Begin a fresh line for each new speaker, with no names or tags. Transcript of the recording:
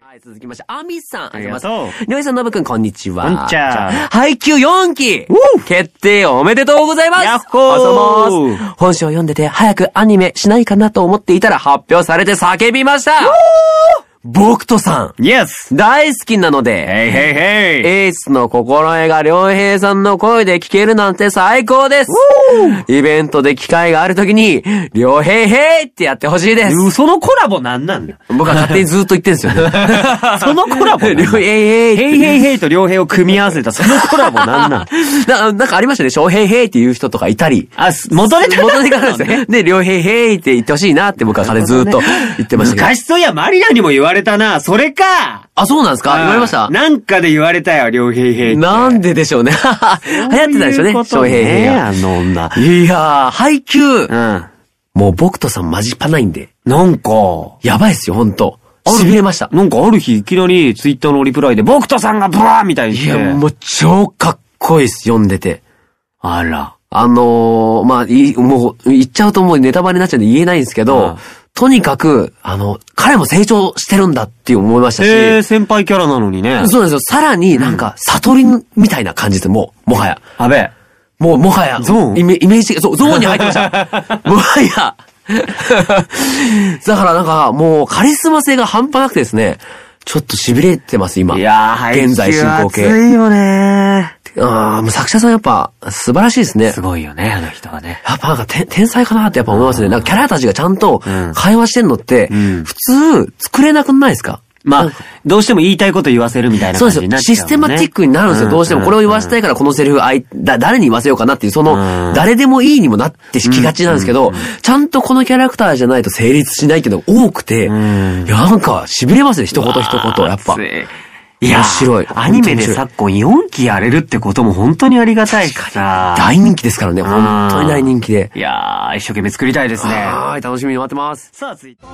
はい、続きまして、アミさん。
ありがとう。
りょういさん、のぶくん、こんにちは。
こんにちは
配給4期決定おめでとうございます
やっほー
あざます本書を読んでて、早くアニメしないかなと思っていたら発表されて叫びました僕とさん、
Yes!
大好きなので、
Hey, hey, hey!
エースの心得が良平さんの声で聞けるなんて最高ですイベントで機会があるときに、良平へーってやってほしいです
うそのコラボなんなんだ
僕は勝手にずっと言ってんですよね。
そのコ ラボなん
良
だ
平へーって
ヘイヘイヘイと両平を組み合わせたそのコラボな んなん
ななんかありましたね、翔平へいっていう人とかいたり。
あ、す元ネタ
元ネタがあるん ですね。で、両平へいって言ってほしいなって僕は彼ずっと言ってましたけど。
昔そういやマリナにも言われたな。それか
あ、そうなんですか言われました
なんかで言われたよ、両平平。
なんででしょうね。流 行ってたでしょうね、
そ
翔
う
平
いうことね
へい
あ
が。
の女。
いやー、配給
うん。
もう僕とさんマジパないんで。
なんか、
やばいっすよ、ほんと。痺れました。
なんかある日いきなりツイッターのリプライで、僕とさんがブワーみたいにし
い
て。
や、もう超かっこいいっす、読んでて。
あら。
あのー、まあ、い、もう、言っちゃうともうネタバレになっちゃうんで言えないんですけど、
うん
とにかく、あの、彼も成長してるんだって思いましたし、
えー、先輩キャラなのにね。
そうなんですよ。さらになんか、悟りみたいな感じです、もう、もはや。
あべ。
もう、もはや、
ゾーン
イメイメージが、そう、ゾーンに入ってま した。もはや。 だからなんか、もう、カリスマ性が半端なくてですね、ちょっと痺れてます、今。
いやー、
現在進行形
配信は熱いよね
ああ、もう作者さんやっぱ、素晴らしいですね。
すごいよね、あの人がね。
やっぱなんか天天才かなってやっぱ思いますね。なんかキャラたちがちゃんと
うん
会話してんのって、
うん
普通作れなくないですか
まあ、どうしても言いたいこと言わせるみたいな
そう
感
です
じに
よ。
なっちゃう、
シ
ね。
ステマチックになるんですよ。どうしてもこれを言わせたいからこのセリフあい、だ、誰に言わせようかなっていう、そ
うん
の、誰でもいいにもなってしきがちなんですけど、ちゃんとこのキャラクターじゃないと成立しないっていうのが多くて、いや、
ん
なんか痺れますね、一言一言、やっぱ。
いや、
面白い
アニメで昨今4期やれるってことも本当にありがたいしさ。
大人気ですからね、本当に大人気で。
いやー、一生懸命作りたいですね。
はーい、楽しみに待ってます。
さあ、続いて。